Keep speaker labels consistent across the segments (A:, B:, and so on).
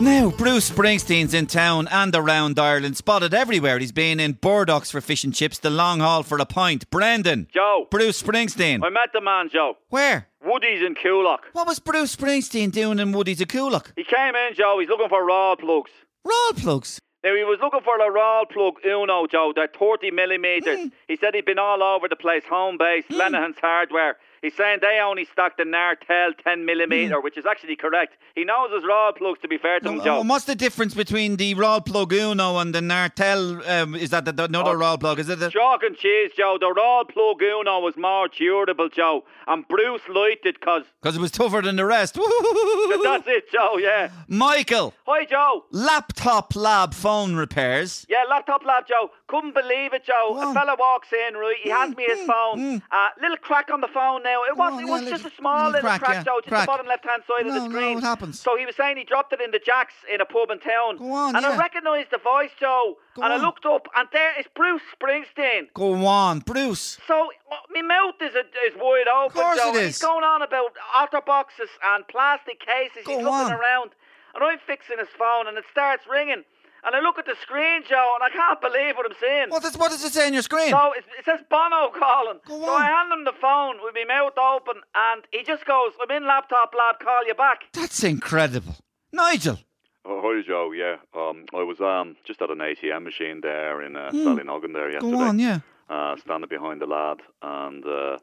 A: Now, Bruce Springsteen's in town and around Ireland, spotted everywhere. He's been in Burdocks for fish and chips, the long haul for a pint. Brendan.
B: Joe.
A: Bruce Springsteen.
B: I'm at the man, Joe.
A: Where?
B: Woody's in Coolock.
A: What was Bruce Springsteen doing in Woody's a Coolock?
B: He came in, Joe. He's looking for raw plugs.
A: Roll plugs.
B: Now, he was looking for a raw plug Uno, Joe. They're 30 millimetres. He said he'd been all over the place, home base, Lenihan's hardware. He's saying they only stock the Nartel 10 millimetre, which is actually correct. He knows his raw plugs, to be fair to him, Joe.
A: And what's the difference between the roll plug Uno and the Nartel? Um, is that the, the- another roll plug? Is it the,
B: Chalk and cheese, Joe. The raw plug Uno was more durable, Joe. And Bruce liked it 'cause
A: Because it was tougher than the rest.
B: that's it, Joe, yeah.
A: Michael,
B: Hi, Joe.
A: laptop lab phone repairs.
B: Yeah, laptop lab, Joe. Couldn't believe it, Joe.
A: What?
B: A fella walks in, right? He hands me his
A: Mm,
B: phone. Uh, little crack on the phone now. It was,
A: Oh,
B: it
A: yeah,
B: was
A: little-
B: just a small
A: little
B: little
A: crack,
B: crack,
A: yeah,
B: Joe, just
A: crack.
B: the bottom left-hand side of
A: No, no,
B: the screen.
A: it happens.
B: So he was saying he dropped it in the jacks in a pub in town.
A: Go on,
B: and
A: yeah.
B: I recognised the voice, Joe.
A: Go
B: and
A: on.
B: I looked up, and there is Bruce Springsteen.
A: Go on, Bruce.
B: So uh, my mouth is a, is wide open.
A: course
B: Joe.
A: it
B: and
A: is.
B: He's going on about otter boxes and plastic cases.
A: Go
B: he's looking
A: on.
B: around, and I'm fixing his phone, and it starts ringing. And I look at the screen, Joe, and I can't believe what I'm seeing.
A: What does, what does it say on your screen?
B: So it, it says Bono calling.
A: Go
B: So
A: on.
B: I hand him the phone with my mouth open, and he just goes, "I'm in laptop lab. Call you back."
A: That's incredible. Nigel.
C: Oh, hi, Joe. Yeah, um, I was um just at an ATM machine there in uh, Ballynogan there yesterday.
A: Go on, yeah.
C: Uh, standing behind the lad, and uh,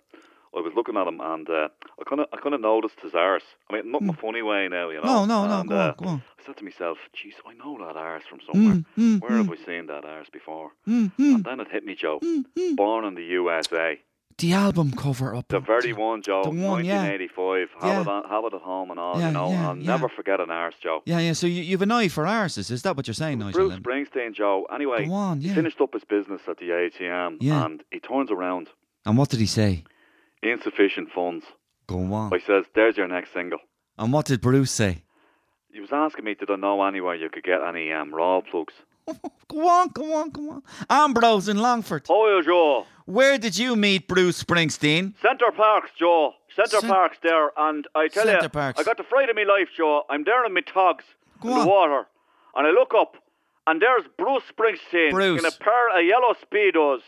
C: I was looking at him, and uh, I kind of I kind of noticed his arse. I mean, not in a funny way now, you
A: Hmm. No,
C: know.
A: no, no,
C: And, uh,
A: go on, go on.
C: I said to myself, "Jeez, I know that arse from somewhere.
A: mm,
C: Where have I seen that arse before?" And then it hit me, Joe.
A: Mm.
C: Born in the USA,
A: The album cover up.
C: the very one, Joe,
A: The one, yeah.
C: 1985.
A: Yeah.
C: Have, it on, have it at home and all,
A: Yeah,
C: you know.
A: yeah,
C: I'll
A: yeah.
C: never forget an arse, Joe.
A: Yeah, yeah. So you, you've an eye for arses. Is that what you're saying, Nigel?
C: Bruce Springsteen, Joe. Anyway,
A: Go on, yeah.
C: he finished up his business at the ATM
A: Yeah.
C: and he turns around.
A: and what did he say?
C: Insufficient funds.
A: Go on.
C: I says, There's your next single.
A: And what did Bruce say?
C: He was asking me, Did I know anywhere you could get any um, raw plugs?
A: Go on, go on, go on. Ambrose in Longford.
B: Oh, Joe.
A: Where did you meet Bruce Springsteen?
B: Centre Parks, Joe. Centre
A: Cen-
B: Parks there, and I tell
A: Centre
B: you,
A: Parks.
B: I got the fright of my life, Joe. I'm there in my togs
A: Go
B: in
A: on.
B: the water, and I look up, and there's Bruce Springsteen
A: Bruce.
B: in a pair of yellow speedos,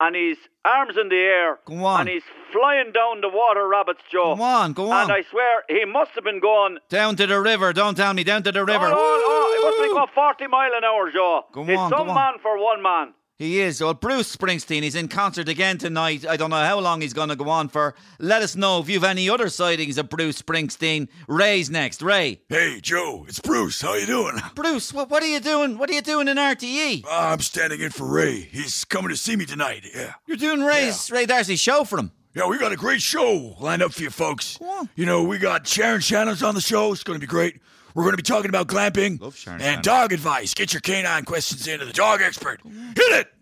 B: and his arms in the air,
A: Go on.
B: and he's flying down the water, rabbits, Joe.
A: Go on, go on.
B: And I swear he must have been going.
A: Down to the river. Don't tell me. Down to the
B: Oh,
A: river.
B: oh, oh, it must have
A: Woo!
B: been going 40 mile an hour, Joe.
A: Go
B: He's
A: on, go
B: some
A: on.
B: man for one man.
A: He is. Well, Bruce Springsteen, he's in concert again tonight. I don't know how long he's going to go on for. Let us know if you've any other sightings of Bruce Springsteen. Ray's next. Ray.
D: Hey, Joe, it's Bruce. How you doing?
A: Bruce, what, what are you doing? What are you doing in E? RTE?
D: Ah, I'm standing in for Ray. He's coming to see me tonight. Yeah.
A: You're doing Ray's Ray Darcy's show for him.
D: Yeah, we got a great show lined up for you folks.
A: Go on.
D: You know, we got Sharon Shannon's on the show. It's going to be great. We're going to be talking about glamping
A: Love Sharon
D: and
A: Shannon.
D: dog advice. Get your canine questions into the dog expert. Hit it!